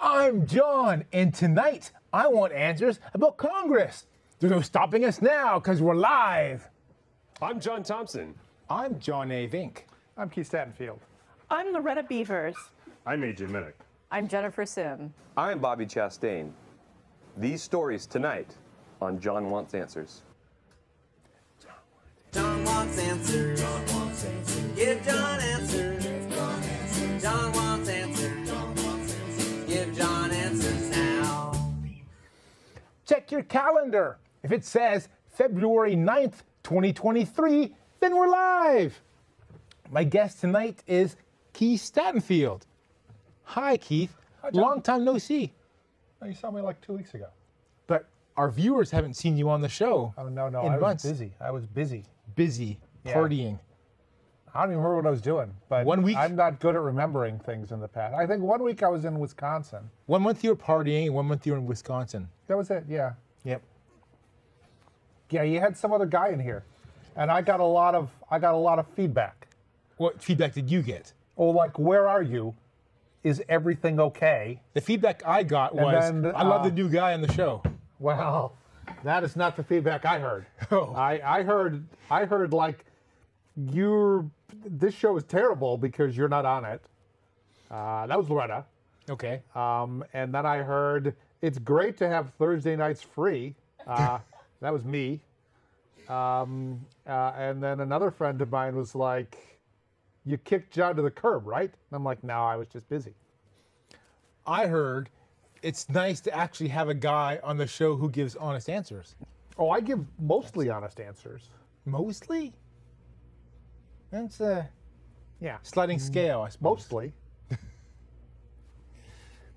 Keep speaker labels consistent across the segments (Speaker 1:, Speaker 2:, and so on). Speaker 1: I'm John, and tonight I want answers about Congress. There's no stopping us now because we're live.
Speaker 2: I'm John Thompson.
Speaker 1: I'm John A. Vink.
Speaker 3: I'm Keith Statenfield.
Speaker 4: I'm Loretta Beavers.
Speaker 5: I'm AJ Minnick.
Speaker 6: I'm Jennifer Sim.
Speaker 7: I'm Bobby Chastain. These stories tonight on John Wants Answers.
Speaker 8: John wants answers. John wants answers. Give John answers. John wants answers. Give John answers now.
Speaker 1: Check your calendar. If it says February 9th, 2023, then we're live. My guest tonight is Keith Statenfield. Hi, Keith.
Speaker 3: John.
Speaker 1: Long time no see.
Speaker 3: you saw me like two weeks ago.
Speaker 1: But our viewers haven't seen you on the show.
Speaker 3: Oh no, no,
Speaker 1: In
Speaker 3: I was
Speaker 1: months.
Speaker 3: busy. I was busy.
Speaker 1: Busy,
Speaker 3: Yeah.
Speaker 1: partying.
Speaker 3: I don't even remember what I was doing. But
Speaker 1: One week-
Speaker 3: I'm not good at remembering things in the past. I think one week I was in Wisconsin.
Speaker 1: One month you were partying, and one month you were in Wisconsin.
Speaker 3: That was it. Yeah,
Speaker 1: Yep.
Speaker 3: yeah. You had some other guy in here, and I got a lot of I got a lot of feedback.
Speaker 1: What feedback did you get?
Speaker 3: Oh, like where are you? Is everything okay?
Speaker 1: The feedback I got was,
Speaker 3: then,
Speaker 1: I love
Speaker 3: uh,
Speaker 1: the new guy on the show.
Speaker 3: Well, that is not the feedback I heard.
Speaker 1: Oh.
Speaker 3: I, I heard I heard like you're this show is terrible because you're not on it. Uh, that was Loretta.
Speaker 1: Okay.
Speaker 3: Um, and then I heard it's great to have Thursday nights free. Uh, that was me. Um, uh, and then another friend of mine was like, "You kicked John to the curb, right?" And I'm like, "No, I was just busy."
Speaker 1: I heard it's nice to actually have a guy on the show who gives honest answers.
Speaker 3: Oh, I give mostly honest answers.
Speaker 1: Mostly? That's a
Speaker 3: Yeah,
Speaker 1: sliding scale, I suppose.
Speaker 3: Mm. mostly.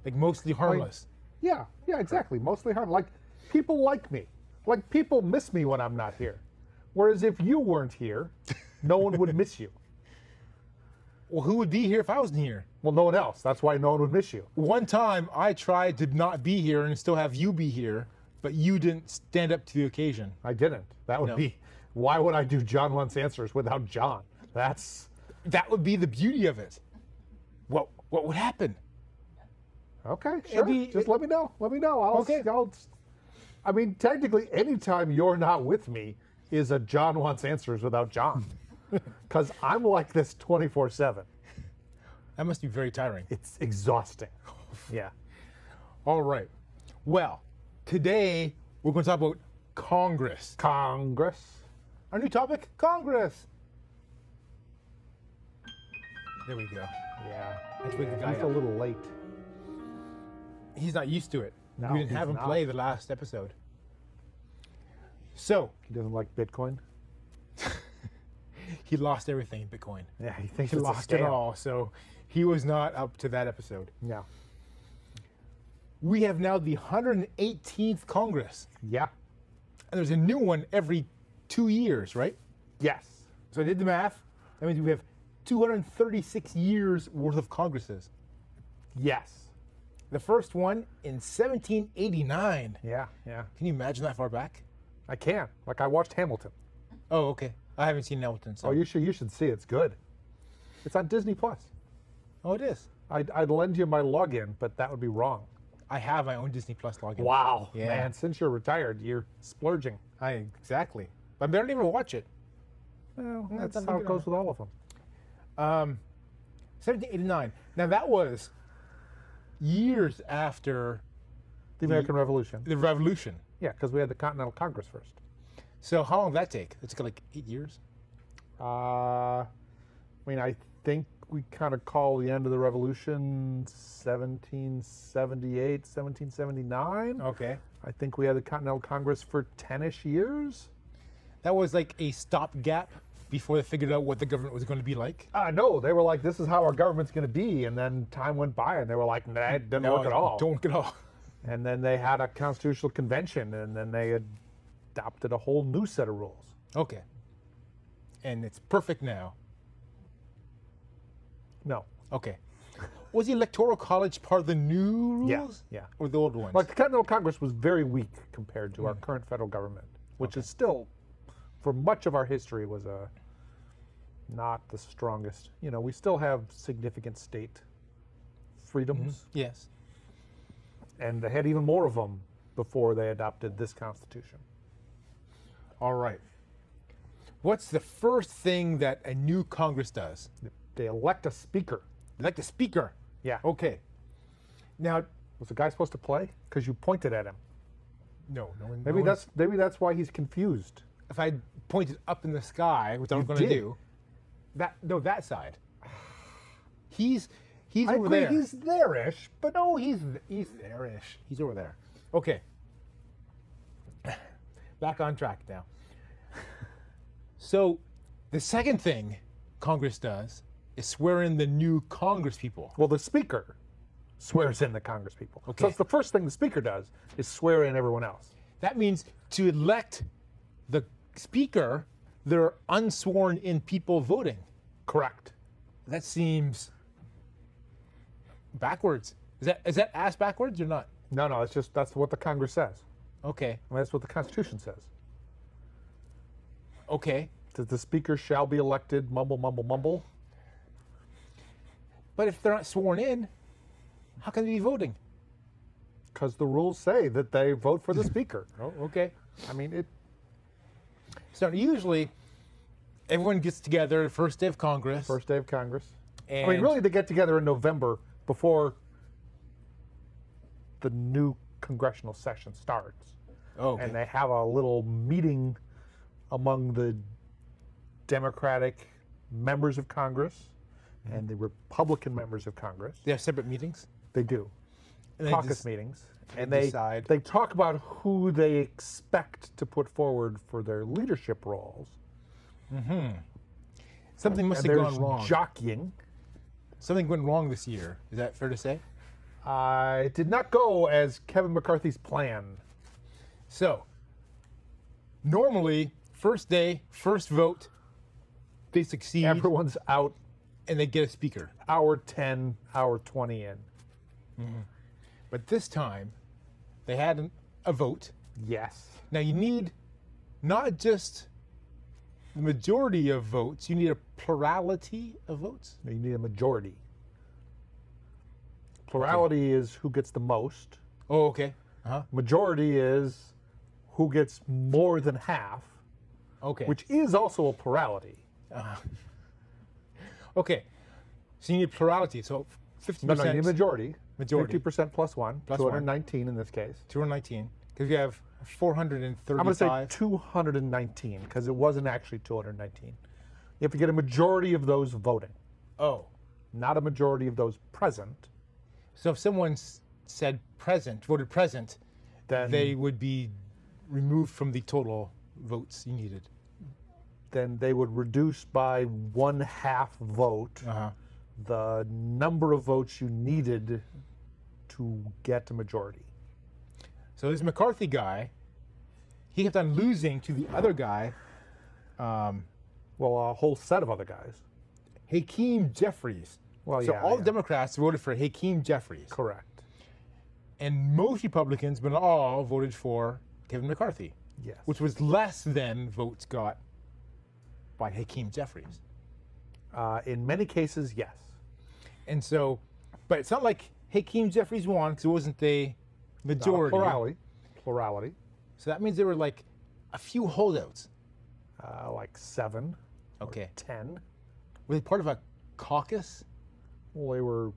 Speaker 1: Like mostly harmless.
Speaker 3: Yeah, yeah, exactly. Mostly harm. Like people like me. Like people miss me when I'm not here. Whereas if you weren't here, no one would miss you.
Speaker 1: Well, who would be here if I wasn't here?
Speaker 3: Well, no one else. That's why no one would miss you.
Speaker 1: One time I tried to not be here and still have you be here, but you didn't stand up to the occasion.
Speaker 3: I didn't. That would
Speaker 1: No.
Speaker 3: be why would I do John wants answers without John? That's
Speaker 1: That would be the beauty of it. What what would happen?
Speaker 3: okay. Sure.
Speaker 1: be-
Speaker 3: Just let me know. Let me know. I'll,
Speaker 1: Okay.
Speaker 3: I'll, I mean, technically, anytime you're not with me is a John wants answers without John, because I'm like this 24 seven.
Speaker 1: That must be very tiring.
Speaker 3: It's exhausting. Yeah.
Speaker 1: All right. Well, today we're going to talk about Congress.
Speaker 3: Congress.
Speaker 1: Our new topic Congress. There we go.
Speaker 3: Yeah.
Speaker 1: Let's wake the guy
Speaker 3: He's a
Speaker 1: up.
Speaker 3: little late.
Speaker 1: He's not used to it.
Speaker 3: No,
Speaker 1: we didn't
Speaker 3: he's
Speaker 1: have him
Speaker 3: not.
Speaker 1: play the last episode. So
Speaker 3: He doesn't like Bitcoin.
Speaker 1: he lost everything in Bitcoin.
Speaker 3: Yeah, he thinks
Speaker 1: He lost it all. So he was not up to that episode.
Speaker 3: Yeah.
Speaker 1: We have now the 118th Congress,
Speaker 3: Yeah.
Speaker 1: and there's a new one every two years, right?
Speaker 3: Yes.
Speaker 1: So I did the math. That means we have 236 years worth of Congresses.
Speaker 3: Yes.
Speaker 1: The first one in 1789.
Speaker 3: Yeah. Yeah.
Speaker 1: Can you imagine that far back?
Speaker 3: I can. Like I watched Hamilton.
Speaker 1: Oh, okay. I haven't seen Hamilton. So.
Speaker 3: Oh, you should you should see it. it's good. It's on Disney Plus.
Speaker 1: Oh, it is.
Speaker 3: I'd, I'd lend you my login, but that would be wrong.
Speaker 1: I have my own Disney Plus login.
Speaker 3: Wow,
Speaker 1: Yeah.
Speaker 3: man! Since you're retired, you're splurging.
Speaker 1: I exactly. But I don't even watch it.
Speaker 3: Well, that's,
Speaker 1: something
Speaker 3: how
Speaker 1: good
Speaker 3: it goes with all of them.
Speaker 1: 1789. Now that was years after
Speaker 3: The American Revolution.
Speaker 1: the Revolution.
Speaker 3: Yeah, because we had the Continental Congress first.
Speaker 1: So how long did that take? It took like eight years.
Speaker 3: Uh, I mean, I think we kind of call the end of the Revolution 1778, 1779.
Speaker 1: Okay.
Speaker 3: I think we had the Continental Congress for 10-ish years.
Speaker 1: That was like a stopgap before they figured out what the government was going to be like.
Speaker 3: Uh, no, they were like, this is how our government's going to be. And then time went by and they were like, nah, it doesn't work at all.
Speaker 1: Don't work at all.
Speaker 3: And then they had a constitutional convention and then they adopted a whole new set of rules.
Speaker 1: Okay. And it's perfect now.
Speaker 3: No.
Speaker 1: Okay. Was the Electoral College part of the new rules?
Speaker 3: Yeah, yeah.
Speaker 1: Or the old ones?
Speaker 3: Like the Continental Congress was very weak compared to our
Speaker 1: Mm.
Speaker 3: current federal government, which is still, for much of our history, was a not the strongest. You know, we still have significant state freedoms.
Speaker 1: yes. Mm-hmm.
Speaker 3: and they had even more of them before they adopted this Constitution.
Speaker 1: All right. What's the first thing that a new Congress does?
Speaker 3: They elect a speaker.
Speaker 1: Elect a speaker.
Speaker 3: Yeah.
Speaker 1: Okay. Now,
Speaker 3: Was the guy supposed to play? Because you pointed at him.
Speaker 1: no, no one. no
Speaker 3: Maybe
Speaker 1: one-
Speaker 3: that's maybe that's why he's confused.
Speaker 1: if I pointed up in the sky, which I'm going to
Speaker 3: did.
Speaker 1: do. That no, that side. He's he's over there.
Speaker 3: he's there-ish,
Speaker 1: but no, he's he's there-ish. He's over there. Okay. Back on track now. so, the second thing Congress does is swear in the new Congress people.
Speaker 3: Well, the speaker swears in the congresspeople.
Speaker 1: Okay.
Speaker 3: So it's the first thing the speaker does is swear in everyone else.
Speaker 1: That means to elect the speaker, there are unsworn in people voting.
Speaker 3: Correct.
Speaker 1: That seems backwards. Is that is that ass backwards or not?
Speaker 3: No, no, it's just that's what the Congress says.
Speaker 1: Okay.
Speaker 3: I mean, that's what the Constitution says.
Speaker 1: Okay.
Speaker 3: That the speaker shall be elected. Mumble, mumble, mumble.
Speaker 1: But if they're not sworn in, how can they be voting?
Speaker 3: Because the rules say that they vote for the speaker.
Speaker 1: Oh, okay.
Speaker 3: I mean, it.
Speaker 1: So usually everyone gets together the first day of Congress.
Speaker 3: First day of Congress.
Speaker 1: and
Speaker 3: I mean, really, they get together in November before the new congressional session starts.
Speaker 1: Oh, okay.
Speaker 3: and they have a little meeting among the Democratic members of Congress
Speaker 1: Mm-hmm.
Speaker 3: and the Republican members of Congress.
Speaker 1: they have separate meetings.
Speaker 3: They do
Speaker 1: And they
Speaker 3: caucus
Speaker 1: just-
Speaker 3: meetings,
Speaker 1: they
Speaker 3: and they
Speaker 1: decide.
Speaker 3: they talk about who they expect to put forward for their leadership roles.
Speaker 1: Something must
Speaker 3: And
Speaker 1: have
Speaker 3: there's
Speaker 1: gone wrong.
Speaker 3: jockeying.
Speaker 1: Something went wrong this year. Is that fair to say?
Speaker 3: Uh, it did not go as Kevin McCarthy's plan.
Speaker 1: So, normally, first day, first vote, they succeed
Speaker 3: Everyone's out
Speaker 1: and they get a speaker.
Speaker 3: hour ten, hour twenty in.
Speaker 1: But this time, they had an, a vote.
Speaker 3: Yes,
Speaker 1: Now, you need not just the majority of votes, you need a plurality of votes.
Speaker 3: you need a majority. Plurality is who gets the most.
Speaker 1: Oh, okay. Uh huh.
Speaker 3: Majority is who gets more than half,
Speaker 1: Okay.
Speaker 3: which is also a plurality.
Speaker 1: okay. So you need plurality. So 50%.
Speaker 3: No, no, you need majority.
Speaker 1: Majority.
Speaker 3: 50% plus one.
Speaker 1: Plus one.
Speaker 3: 219 in this case.
Speaker 1: 219. Because you have 435.
Speaker 3: I'm going to say 219 because it wasn't actually 219. You have to get a majority of those voting,
Speaker 1: oh.
Speaker 3: not a majority of those present.
Speaker 1: So if someone s- said present, voted present,
Speaker 3: Then,
Speaker 1: they would be removed from the total votes you needed.
Speaker 3: then they would reduce by one half vote
Speaker 1: Uh-huh.
Speaker 3: the number of votes you needed to get a majority.
Speaker 1: So this McCarthy guy, he kept on losing to the other guy,
Speaker 3: Well, a whole set of other guys.
Speaker 1: Hakeem Jeffries.
Speaker 3: Well,
Speaker 1: so
Speaker 3: yeah,
Speaker 1: all
Speaker 3: yeah.
Speaker 1: Democrats voted for Hakeem Jeffries,
Speaker 3: Correct.
Speaker 1: and most Republicans, but not all, voted for Kevin McCarthy,
Speaker 3: Yes.
Speaker 1: which was less than votes got by Hakeem Jeffries.
Speaker 3: uh, in many cases, yes. Uh,
Speaker 1: And so, but it's not like Hakeem Jeffries won because it wasn't a
Speaker 3: Not a
Speaker 1: majority.
Speaker 3: Plurality. Plurality.
Speaker 1: So that means there were like a few holdouts.
Speaker 3: Uh, like seven,
Speaker 1: Okay.
Speaker 3: ten.
Speaker 1: Were they part of a caucus?
Speaker 3: Well, they were.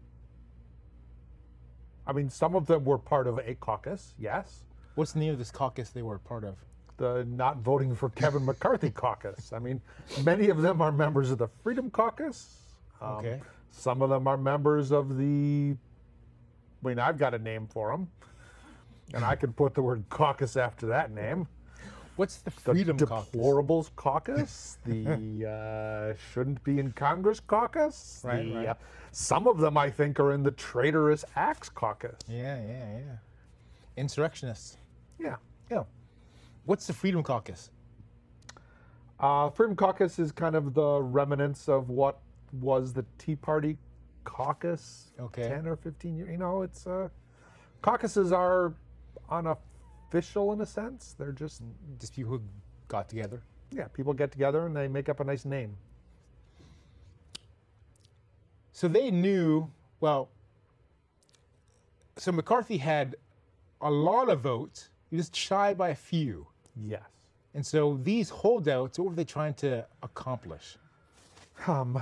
Speaker 3: I mean, some of them were part of a caucus, yes.
Speaker 1: What's the name of this caucus they were part of?
Speaker 3: The not voting for Kevin McCarthy caucus. I mean, many of them are members of the Freedom Caucus. Um,
Speaker 1: Okay.
Speaker 3: Some of them are members of the. I mean, I've got a name for them, and I could put the word caucus after that name.
Speaker 1: What's the
Speaker 3: the
Speaker 1: Freedom Caucus?
Speaker 3: deplorables caucus, the uh, shouldn't be in Congress caucus.
Speaker 1: Right,
Speaker 3: the,
Speaker 1: right.
Speaker 3: Uh, some of them, I think, are in the traitorous acts caucus.
Speaker 1: Yeah, yeah, yeah. Insurrectionists.
Speaker 3: Yeah.
Speaker 1: Yeah. What's the Freedom Caucus?
Speaker 3: Uh, Freedom Caucus is kind of the remnants of what was the Tea Party caucus
Speaker 1: Okay.
Speaker 3: 10 or 15 years. You know, it's uh, caucuses are unofficial in a sense. They're just,
Speaker 1: Just people who got together.
Speaker 3: yeah, people get together and they make up a nice name.
Speaker 1: So they knew, well, so McCarthy had a lot of votes. You're just shy by a few.
Speaker 3: Yes.
Speaker 1: And so these holdouts, what were they trying to accomplish?
Speaker 3: Um,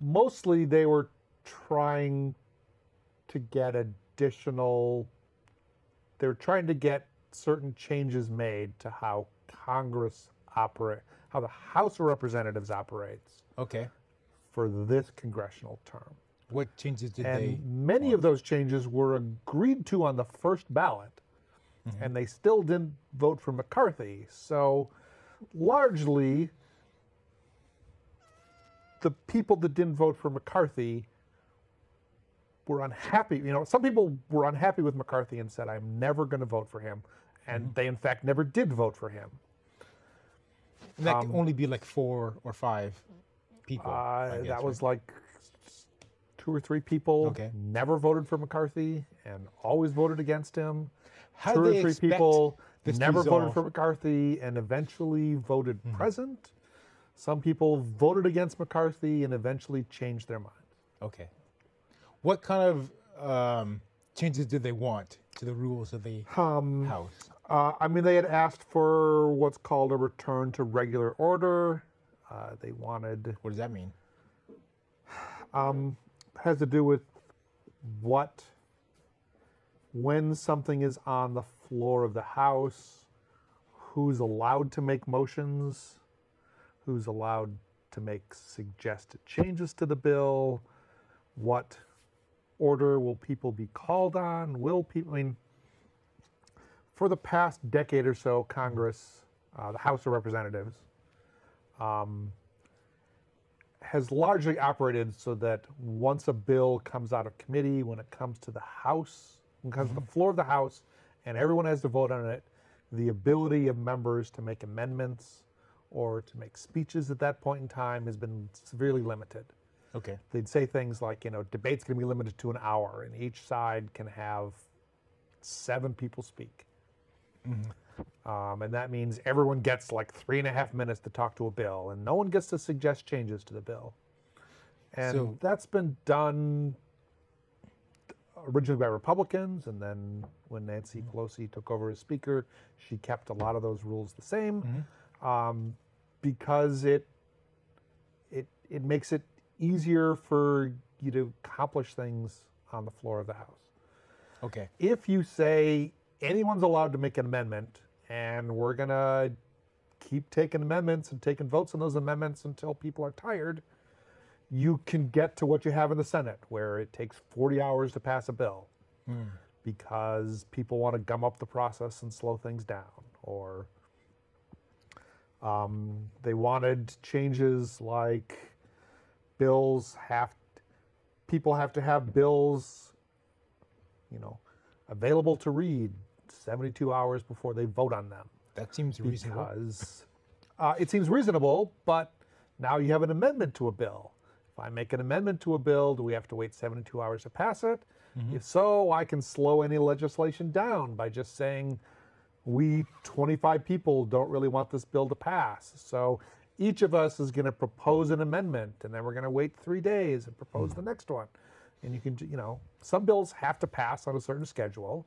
Speaker 3: mostly they were trying to get additional, they were trying to get certain changes made to how Congress operate, how the House of Representatives operates
Speaker 1: Okay.
Speaker 3: for this congressional term.
Speaker 1: What changes did
Speaker 3: And
Speaker 1: they?
Speaker 3: many of those changes were agreed to on the first ballot, and they still didn't vote for McCarthy. So, largely, the people that didn't vote for McCarthy were unhappy. You know, some people were unhappy with McCarthy and said, I'm never going to vote for him. And they, in fact, never did vote for him.
Speaker 1: And that can only be like four or five people. I
Speaker 3: um, Uh,
Speaker 1: guess,
Speaker 3: that
Speaker 1: right?
Speaker 3: was like two or three people
Speaker 1: Okay.
Speaker 3: never voted for McCarthy and always voted against him.
Speaker 1: How
Speaker 3: two
Speaker 1: do
Speaker 3: or
Speaker 1: they
Speaker 3: three
Speaker 1: expect
Speaker 3: people
Speaker 1: this
Speaker 3: never voted
Speaker 1: resolve? Hmm.
Speaker 3: for McCarthy and eventually voted present. Some people voted against McCarthy and eventually changed their mind.
Speaker 1: Okay. What kind of um, changes did they want to the rules of the House?
Speaker 3: Uh, I mean, they had asked for what's called a return to regular order. Uh, they wanted
Speaker 1: What does that mean?
Speaker 3: has to do with what when something is on the floor of the house who's allowed to make motions who's allowed to make suggested changes to the bill what order will people be called on will people i mean for the past decade or so congress uh, the house of representatives has largely operated so that once a bill comes out of committee, when it comes to the House, when it comes to the floor of the House, and everyone has to vote on it, the ability of members to make amendments or to make speeches at that point in time has been severely limited.
Speaker 1: Okay.
Speaker 3: They'd say things like, you know, debate's going to be limited to an hour, and each side can have seven people speak. Um, and that means everyone gets like three and a half minutes to talk to a bill, and no one gets to suggest changes to the bill. And
Speaker 1: So-
Speaker 3: that's been done originally by Republicans, and then when Nancy Pelosi took over as Speaker, she kept a lot of those rules the same um, because it it it makes it easier for you to accomplish things on the floor of the House
Speaker 1: Okay.
Speaker 3: if you say anyone's allowed to make an amendment and we're going to keep taking amendments and taking votes on those amendments until people are tired, you can get to what you have in the Senate where it takes 40 hours to pass a bill because people want to gum up the process and slow things down or um, they wanted changes like bills have people have to have bills you know, available to read 72 hours before they vote on them
Speaker 1: That seems reasonable.
Speaker 3: because uh, it seems reasonable, but now you have an amendment to a bill. If I make an amendment to a bill, do we have to wait 72 hours to pass it? If so, I can slow any legislation down by just saying, we 25 people don't really want this bill to pass. So each of us is going to propose an amendment, and then we're going to wait three days and propose the next one. And you can, ju- you know, some bills have to pass on a certain schedule.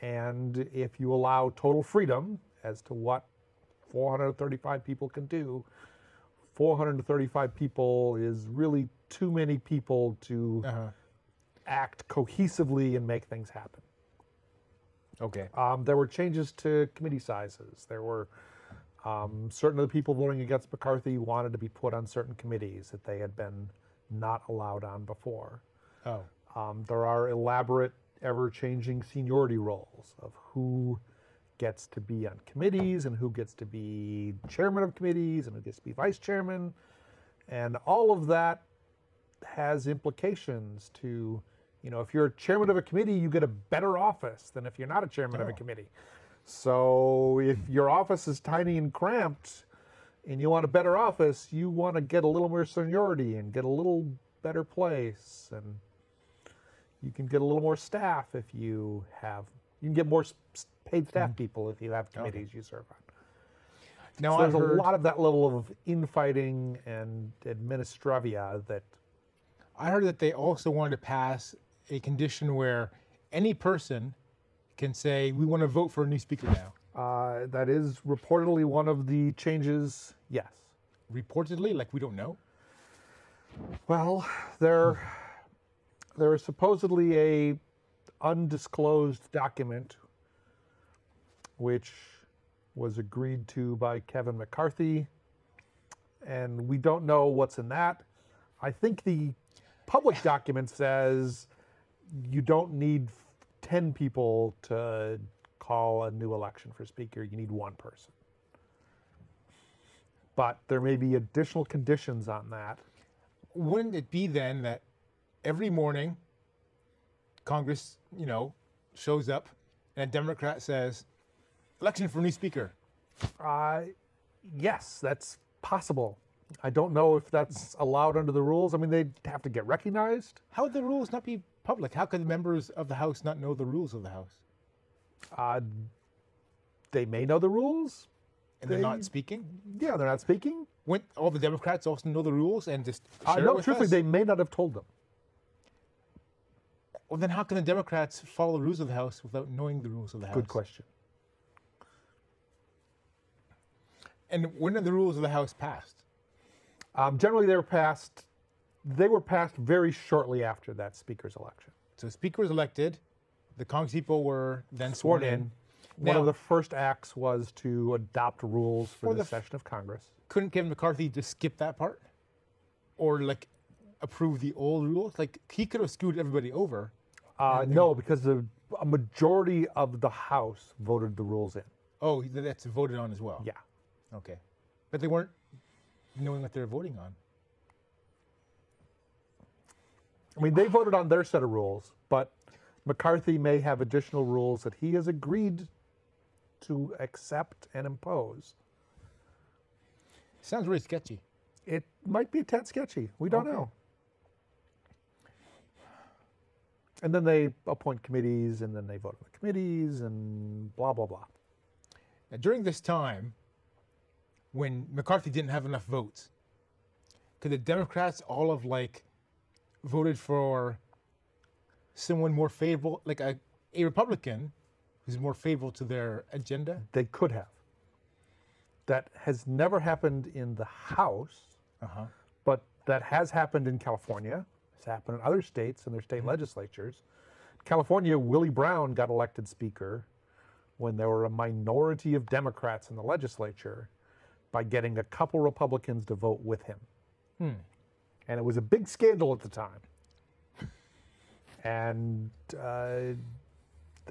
Speaker 3: And if you allow total freedom as to what 435 people can do, 435 people is really too many people to act cohesively and make things happen.
Speaker 1: Okay.
Speaker 3: Um, there were changes to committee sizes. There were um, certain of the people voting against McCarthy wanted to be put on certain committees that they had been not allowed on before.
Speaker 1: Oh.
Speaker 3: Um, there are elaborate, ever changing seniority roles of who gets to be on committees and who gets to be chairman of committees and who gets to be vice chairman. And all of that has implications to, you know, if you're a chairman of a committee, you get a better office than if you're not a chairman of a committee. So if your office is tiny and cramped and you want a better office, you want to get a little more seniority and get a little better place and you can get a little more staff if you have you can get more s- s- paid
Speaker 1: Mm-hmm.
Speaker 3: staff people if you have committees you serve on.
Speaker 1: Now
Speaker 3: So
Speaker 1: Oh, I
Speaker 3: there's
Speaker 1: heard,
Speaker 3: a lot of that level of infighting and administravia that
Speaker 1: I heard that they also wanted to pass a condition where any person can say, we want to vote for a new speaker now?
Speaker 3: Uh, that is reportedly one of the changes. Yes.
Speaker 1: Reportedly, like we don't know.
Speaker 3: Well, there, there is supposedly a undisclosed document which was agreed to by Kevin McCarthy, and we don't know what's in that. I think the public document says you don't need 10 people to call a new election for speaker, you need one person. But there may be additional conditions on that.
Speaker 1: Wouldn't it be then that every morning Congress, you know, shows up and a Democrat says, election for new speaker?
Speaker 3: Uh, yes, that's possible. I don't know if that's allowed under the rules. I mean, they'd have to get recognized.
Speaker 1: How would the rules not be public? How could the members of the House not know the rules of the House?
Speaker 3: Uh, they may know the rules.
Speaker 1: And they're
Speaker 3: They-
Speaker 1: not speaking?
Speaker 3: Yeah, they're not speaking.
Speaker 1: Wouldn't all the Democrats also know the rules and just
Speaker 3: Uh,
Speaker 1: share it
Speaker 3: no,
Speaker 1: with
Speaker 3: truthfully,
Speaker 1: us?
Speaker 3: they may not have told them.
Speaker 1: Well, then how can the Democrats follow the rules of the House without knowing the rules of the House?
Speaker 3: Good question.
Speaker 1: And when are the rules of the House passed?
Speaker 3: Um, generally, they were passed. They were passed very shortly after that speaker's election.
Speaker 1: So, Speaker was elected, the Congress people were then
Speaker 3: Sworn
Speaker 1: sworn,
Speaker 3: in. One
Speaker 1: Mm-hmm. Now-
Speaker 3: of the first acts was to adopt rules for,
Speaker 1: For
Speaker 3: the
Speaker 1: the f-
Speaker 3: session of Congress.
Speaker 1: Couldn't Kevin McCarthy just skip that part, or like approve the old rules? Like he could have screwed everybody over.
Speaker 3: Uh, no, because the, a majority of the House voted the rules in.
Speaker 1: Oh, he- that's voted on as well.
Speaker 3: Yeah.
Speaker 1: Okay, but they weren't knowing what they were voting on.
Speaker 3: I mean, they voted on their set of rules, but McCarthy may have additional rules that he has agreed to accept and impose.
Speaker 1: Sounds really sketchy.
Speaker 3: It might be a tad sketchy. We don't
Speaker 1: Okay.
Speaker 3: know. And then they appoint committees, and then they vote on the committees, and blah blah blah.
Speaker 1: Now, during this time, when McCarthy didn't have enough votes, could the Democrats all have like voted for someone more favorable, like a, a Republican who's more favorable to their agenda?
Speaker 3: They could have. That has never happened in the House, but that has happened in California. It's happened in other states and their state legislatures. California, Willie Brown got elected Speaker when there were a minority of Democrats in the legislature by getting a couple Republicans to vote with him. And it was a big scandal at the time. And uh,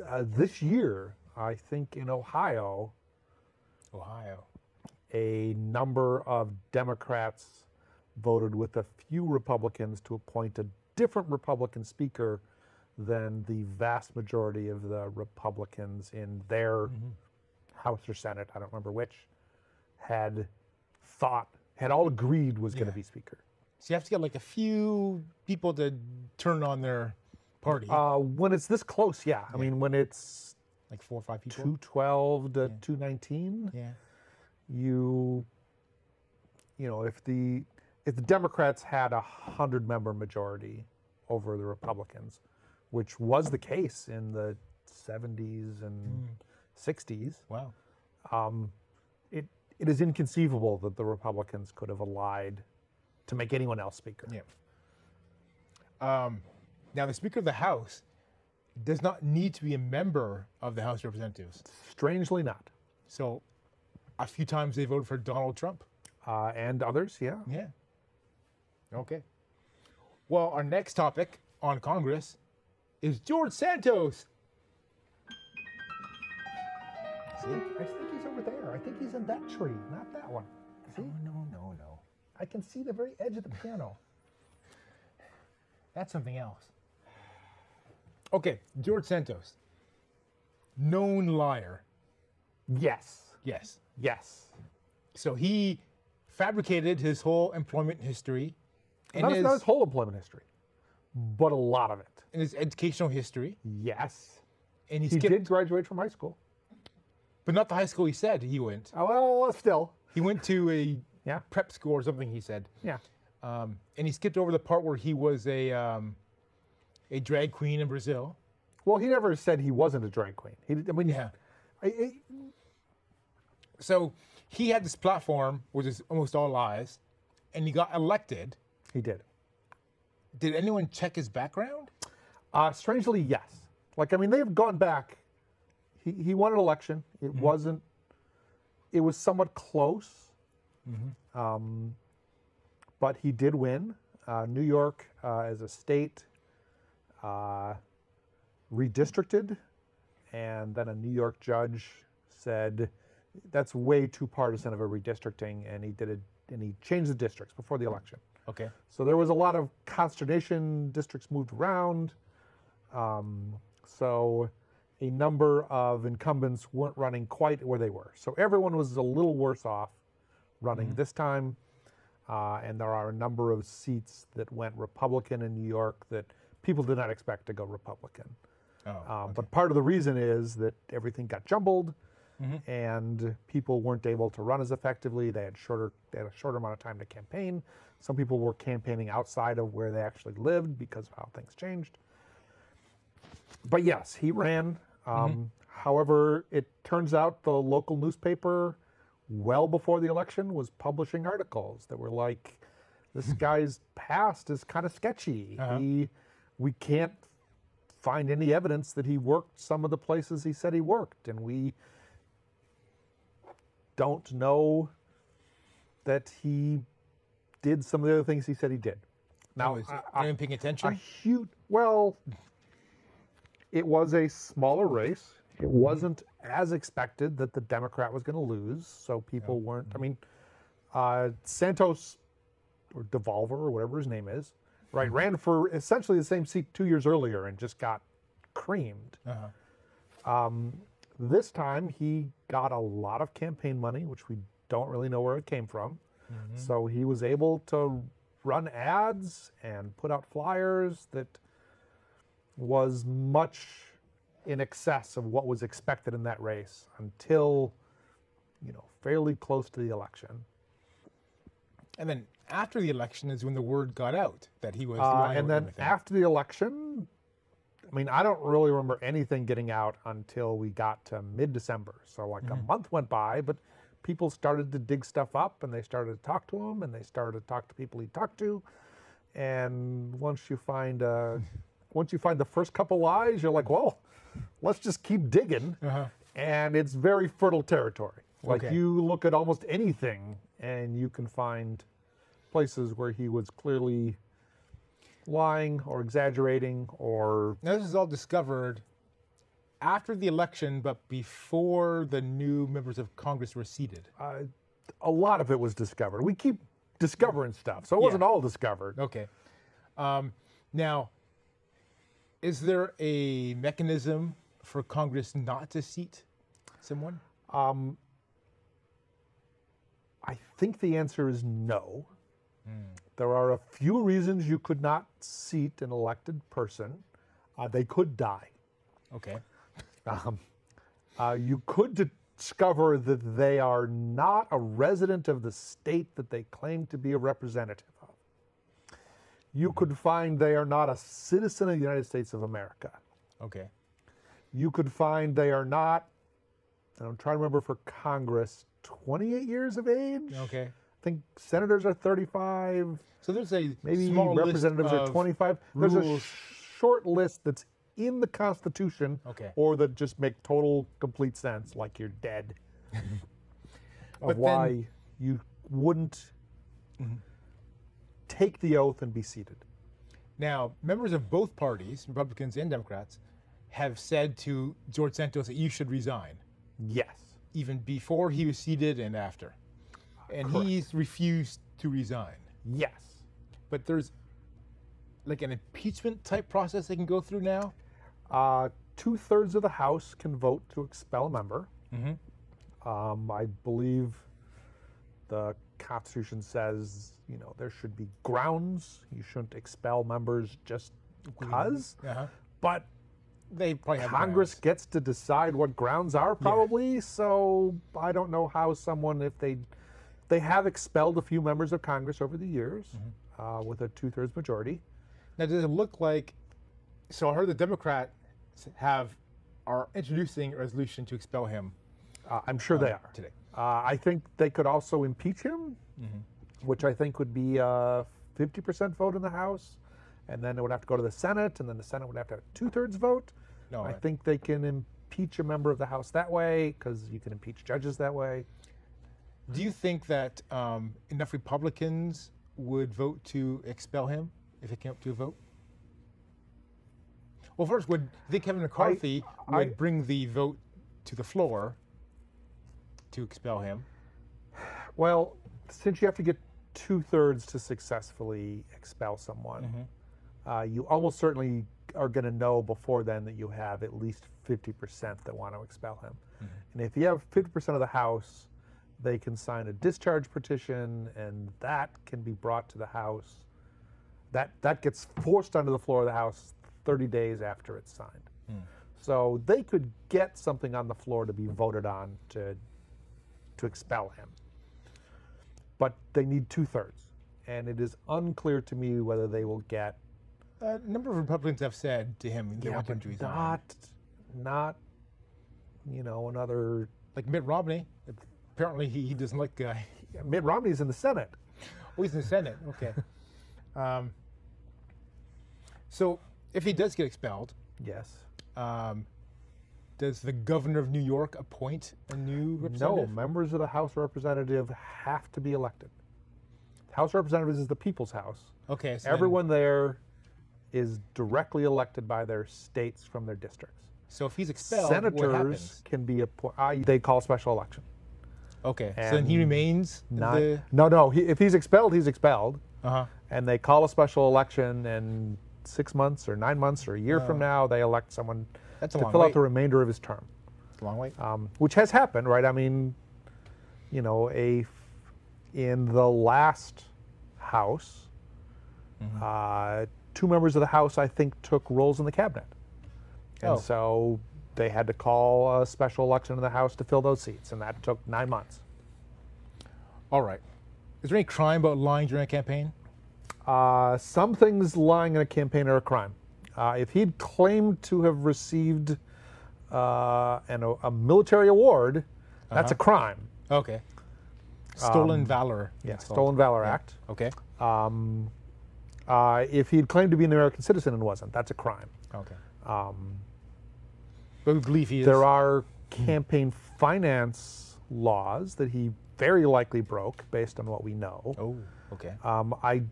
Speaker 3: uh, this year, I think in Ohio,
Speaker 1: Ohio.
Speaker 3: a number of Democrats voted with a few Republicans to appoint a different Republican speaker than the vast majority of the Republicans in their House or Senate, I don't remember which, had thought, had all agreed was going to be speaker.
Speaker 1: So you have to get like a few people to turn on their party,
Speaker 3: Uh, when it's this close, yeah. I mean, when it's
Speaker 1: like four or five people.
Speaker 3: 212 to 219,
Speaker 1: Yeah.
Speaker 3: you you know if the if the democrats had a hundred member majority over the republicans which was the case in the 70s and 60s
Speaker 1: Wow.
Speaker 3: it it is inconceivable that the republicans could have allied to make anyone else speaker
Speaker 1: Yeah. Um, now the Speaker of the House does not need to be a member of the House of Representatives.
Speaker 3: strangely not
Speaker 1: So a few times they voted for Donald Trump.
Speaker 3: uh, and others yeah
Speaker 1: Yeah. Okay. Well, our next topic on Congress is George Santos. See?
Speaker 3: i think he's over there i think he's in that tree not that one
Speaker 1: No, no, no, no.
Speaker 3: i can see the very edge of the piano
Speaker 1: That's something else. Okay, George Santos. Known liar.
Speaker 3: yes
Speaker 1: Yes.
Speaker 3: yes
Speaker 1: So he fabricated his whole employment history and,
Speaker 3: not, his,
Speaker 1: his,
Speaker 3: not his whole employment history, but a lot of it.
Speaker 1: and his educational history.
Speaker 3: Yes.
Speaker 1: And he,
Speaker 3: Mm. He
Speaker 1: skipped,
Speaker 3: did graduate from high school.
Speaker 1: but not the high school he said he went.
Speaker 3: Oh, well, still.
Speaker 1: He went to a
Speaker 3: Yeah.
Speaker 1: prep school or something, he said.
Speaker 3: Yeah.
Speaker 1: Um, and he skipped over the part where he was a um, a drag queen in Brazil.
Speaker 3: Well, he never said he wasn't a drag queen. He, I mean,
Speaker 1: Yeah.
Speaker 3: I- I-
Speaker 1: So he had this platform, which is almost all lies, and he got elected.
Speaker 3: he did.
Speaker 1: Did anyone check his background?
Speaker 3: Uh, strangely, yes. Like, I mean, they've gone back. He, he won an election. It wasn't, it was somewhat close. Um, but he did win. Uh, New York uh, as a state uh, redistricted. And then a New York judge said, that's way too partisan of a redistricting. And he did it, and he changed the districts before the election.
Speaker 1: Okay.
Speaker 3: So there was a lot of consternation. Districts moved around. Um, so a number of incumbents weren't running quite where they were. So everyone was a little worse off running this time. Uh, and there are a number of seats that went Republican in New York that people did not expect to go Republican.
Speaker 1: Oh.
Speaker 3: Um, But part of the reason is that everything got jumbled, and people weren't able to run as effectively. They had shorter, they had a shorter amount of time to campaign. Some people were campaigning outside of where they actually lived because of how things changed. But yes, he ran. Um, However, it turns out the local newspaper, well before the election, was publishing articles that were like, "This guy's past is kind of sketchy. He, we can't find any evidence that he worked some of the places he said he worked, and we don't know that he did some of the other things he said he did.
Speaker 1: Now, is
Speaker 3: I-
Speaker 1: anyone paying attention?
Speaker 3: A huge, well, it was a smaller race. It wasn't as expected that the Democrat was going to lose, so people weren't. I mean, uh, Santos or Devolver or whatever his name is, right, ran for essentially the same seat two years earlier and just got creamed. Um, this time he got a lot of campaign money, which we don't really know where it came from. So he was able to run ads and put out flyers that was much in excess of what was expected in that race until, you know, fairly close to the election.
Speaker 1: and then after the election is when the word got out that he was.
Speaker 3: Uh,
Speaker 1: lying
Speaker 3: and
Speaker 1: about
Speaker 3: then
Speaker 1: everything.
Speaker 3: after the election, I mean, I don't really remember anything getting out until we got to mid December. So, like a month went by, but people started to dig stuff up and they started to talk to him and they started to talk to people he talked to. And once you find, uh, once you find the first couple lies, you're like, well, let's just keep digging. And it's very fertile territory. Like,
Speaker 1: Okay.
Speaker 3: you look at almost anything and you can find places where he was clearly lying or exaggerating or
Speaker 1: Now, this is all discovered after the election, but before the new members of Congress were seated.
Speaker 3: Uh, a lot of it was discovered. We keep discovering stuff, so it wasn't all discovered.
Speaker 1: Okay. Um, now, is there a mechanism for Congress not to seat someone?
Speaker 3: I think the answer is no. There are a few reasons you could not seat an elected person. Uh, they could die.
Speaker 1: Okay.
Speaker 3: Um, uh, you could discover that they are not a resident of the state that they claim to be a representative of. You could find they are not a citizen of the United States of America.
Speaker 1: Okay.
Speaker 3: you could find they are not and i'm trying to remember for congress 28 years of age
Speaker 1: Okay.
Speaker 3: i think senators are 35
Speaker 1: So there's a
Speaker 3: maybe
Speaker 1: small list
Speaker 3: representatives are
Speaker 1: of-
Speaker 3: 25 there's a
Speaker 1: rules.
Speaker 3: short list that's in the constitution
Speaker 1: Okay.
Speaker 3: or that just make total complete sense like you're dead of
Speaker 1: But then- Mm-hmm.
Speaker 3: why you wouldn't take the oath and be seated
Speaker 1: Now, members of both parties, Republicans and Democrats, have said to George Santos that you should resign,
Speaker 3: yes
Speaker 1: even before he was seated and after. And he's refused to resign.
Speaker 3: yes
Speaker 1: But there's like an impeachment type process they can go through now.
Speaker 3: Uh, two thirds of the House can vote to expel a member. Um, I believe the Constitution says, you know, there should be grounds. You shouldn't expel members just because.
Speaker 1: Uh-huh.
Speaker 3: But
Speaker 1: They probably have
Speaker 3: Congress
Speaker 1: grounds.
Speaker 3: gets to decide what grounds are, probably. So I don't know how someone, if they they have expelled a few members of Congress over the years uh, with a two thirds majority.
Speaker 1: Now, does it look like So I heard the Democrats have are introducing a resolution to expel him
Speaker 3: Uh, I'm sure they are.
Speaker 1: today.
Speaker 3: Uh, I think they could also impeach him, which I think would be a 50% vote in the House, and then it would have to go to the Senate, and then the Senate would have to have a two-thirds vote.
Speaker 1: No,
Speaker 3: I
Speaker 1: I-
Speaker 3: think they can impeach a member of the House that way because you can impeach judges that way.
Speaker 1: Do you think that um, enough Republicans would vote to expel him if it came up to a vote? Well, first, would you think Kevin McCarthy would
Speaker 3: I-
Speaker 1: bring the vote to the floor to expel him?
Speaker 3: Well, since you have to get two-thirds to successfully expel someone, uh, you almost certainly are going to know before then that you have at least 50% that want to expel him. And if you have 50% of the House, they can sign a discharge petition, and that can be brought to the House. That that gets forced onto the floor of the House 30 days after it's signed. So they could get something on the floor to be voted on to to expel him but they need two thirds. And it is unclear to me whether they will get
Speaker 1: A number of Republicans have said to him they want him to resign.
Speaker 3: not, not, you know, another.
Speaker 1: Like Mitt Romney, apparently he, he doesn't like the guy.
Speaker 3: Mitt Romney's in the Senate.
Speaker 1: Oh, he's in the Senate. Okay. um, so if he does get expelled,
Speaker 3: Yes.
Speaker 1: um, does the governor of New York appoint a new
Speaker 3: No,
Speaker 1: representative?
Speaker 3: members of the House representative have to be elected. House representatives is the people's house.
Speaker 1: Okay, so then-
Speaker 3: Everyone there is directly elected by their states from their districts.
Speaker 1: so if he's expelled, what
Speaker 3: Senators
Speaker 1: happens?
Speaker 3: can be appointed. They call special election.
Speaker 1: Okay, so then he
Speaker 3: and
Speaker 1: remains
Speaker 3: Not,
Speaker 1: the.
Speaker 3: No, no. He, if he's expelled, he's expelled.
Speaker 1: Uh huh.
Speaker 3: and they call a special election and six months or nine months or a year from now they elect someone
Speaker 1: Oh. That's a
Speaker 3: to
Speaker 1: long
Speaker 3: fill
Speaker 1: wait.
Speaker 3: out the remainder of his term
Speaker 1: Long wait.
Speaker 3: um, which has happened right i mean you know a f- in the last house
Speaker 1: Mm-hmm.
Speaker 3: uh, two members of the house i think took roles in the cabinet and
Speaker 1: Oh.
Speaker 3: so they had to call a special election in the house to fill those seats and that took nine months
Speaker 1: All right. Is there any crime about lying during a campaign?
Speaker 3: Uh, some things lying in a campaign are a crime. Uh, if he'd claimed to have received uh, an, a military award, that's a crime.
Speaker 1: Okay. Stolen valor.
Speaker 3: Um, Yeah,
Speaker 1: it's called.
Speaker 3: Stolen Valor Act.
Speaker 1: Okay.
Speaker 3: Uh, if he'd claimed to be an American citizen and wasn't, that's a crime.
Speaker 1: Okay. Um, but we believe he is.
Speaker 3: There are campaign finance laws that he very likely broke based on what we know.
Speaker 1: Oh. Okay.
Speaker 3: Um, I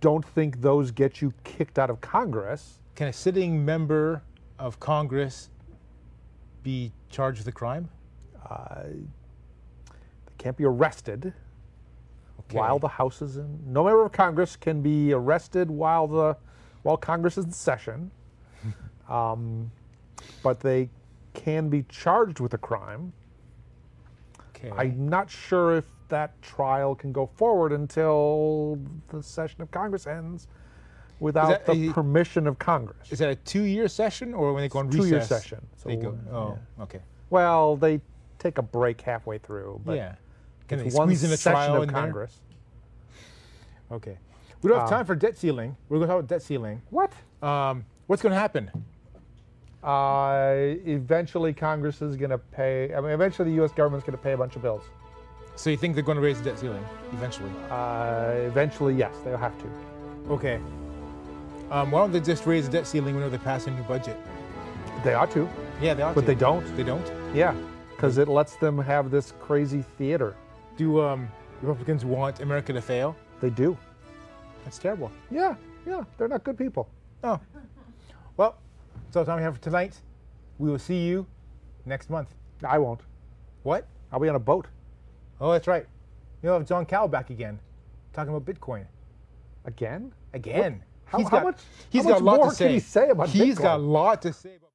Speaker 3: don't think those get you kicked out of Congress.
Speaker 1: Can a sitting member of Congress be charged with a crime?
Speaker 3: They can't be arrested.
Speaker 1: Okay.
Speaker 3: while the House is in. No member of Congress can be arrested while the while Congress is in session, um, but they can be charged with a crime.
Speaker 1: Okay.
Speaker 3: I'm not sure if that trial can go forward until the session of Congress ends without
Speaker 1: that
Speaker 3: the
Speaker 1: a-
Speaker 3: permission of Congress.
Speaker 1: Is that a two-year session or when they go on recess?
Speaker 3: two-year session, so
Speaker 1: they go.
Speaker 3: one-
Speaker 1: Oh. Okay.
Speaker 3: Well, they take a break halfway through, but
Speaker 1: yeah. Can they
Speaker 3: it's one
Speaker 1: squeeze in a
Speaker 3: session
Speaker 1: trial
Speaker 3: of
Speaker 1: in there?
Speaker 3: Congress. Um,
Speaker 1: Okay. We don't have time for debt ceiling. We're going to talk about debt ceiling.
Speaker 3: What?
Speaker 1: Um, what's going to happen?
Speaker 3: Uh, eventually, Congress is going to pay. I mean, eventually, the U.S. government's going to pay a bunch of bills.
Speaker 1: So you think they're going to raise the debt ceiling eventually?
Speaker 3: Uh, eventually, yes, they'll have to.
Speaker 1: Okay. Um, why don't they just raise the debt ceiling whenever they pass a new budget?
Speaker 3: They ought to.
Speaker 1: Yeah, they ought
Speaker 3: But
Speaker 1: to.
Speaker 3: they don't.
Speaker 1: They don't.
Speaker 3: Yeah, because it lets them have this crazy theater.
Speaker 1: Do um, Republicans want America to fail?
Speaker 3: They do.
Speaker 1: That's terrible.
Speaker 3: Yeah, yeah, they're not good people.
Speaker 1: Oh. Well, that's all the time we have for tonight. We will see you next month.
Speaker 3: I won't.
Speaker 1: What?
Speaker 3: I'll be on a boat
Speaker 1: Oh, that's right. You'll have John Cowell back again, talking about Bitcoin.
Speaker 3: again.
Speaker 1: again.
Speaker 3: How-
Speaker 1: He's
Speaker 3: how
Speaker 1: got,
Speaker 3: much-
Speaker 1: he's
Speaker 3: how
Speaker 1: got
Speaker 3: much
Speaker 1: a lot
Speaker 3: more
Speaker 1: to
Speaker 3: can he say about
Speaker 1: He's got a
Speaker 3: Bitcoin?
Speaker 1: lot to say about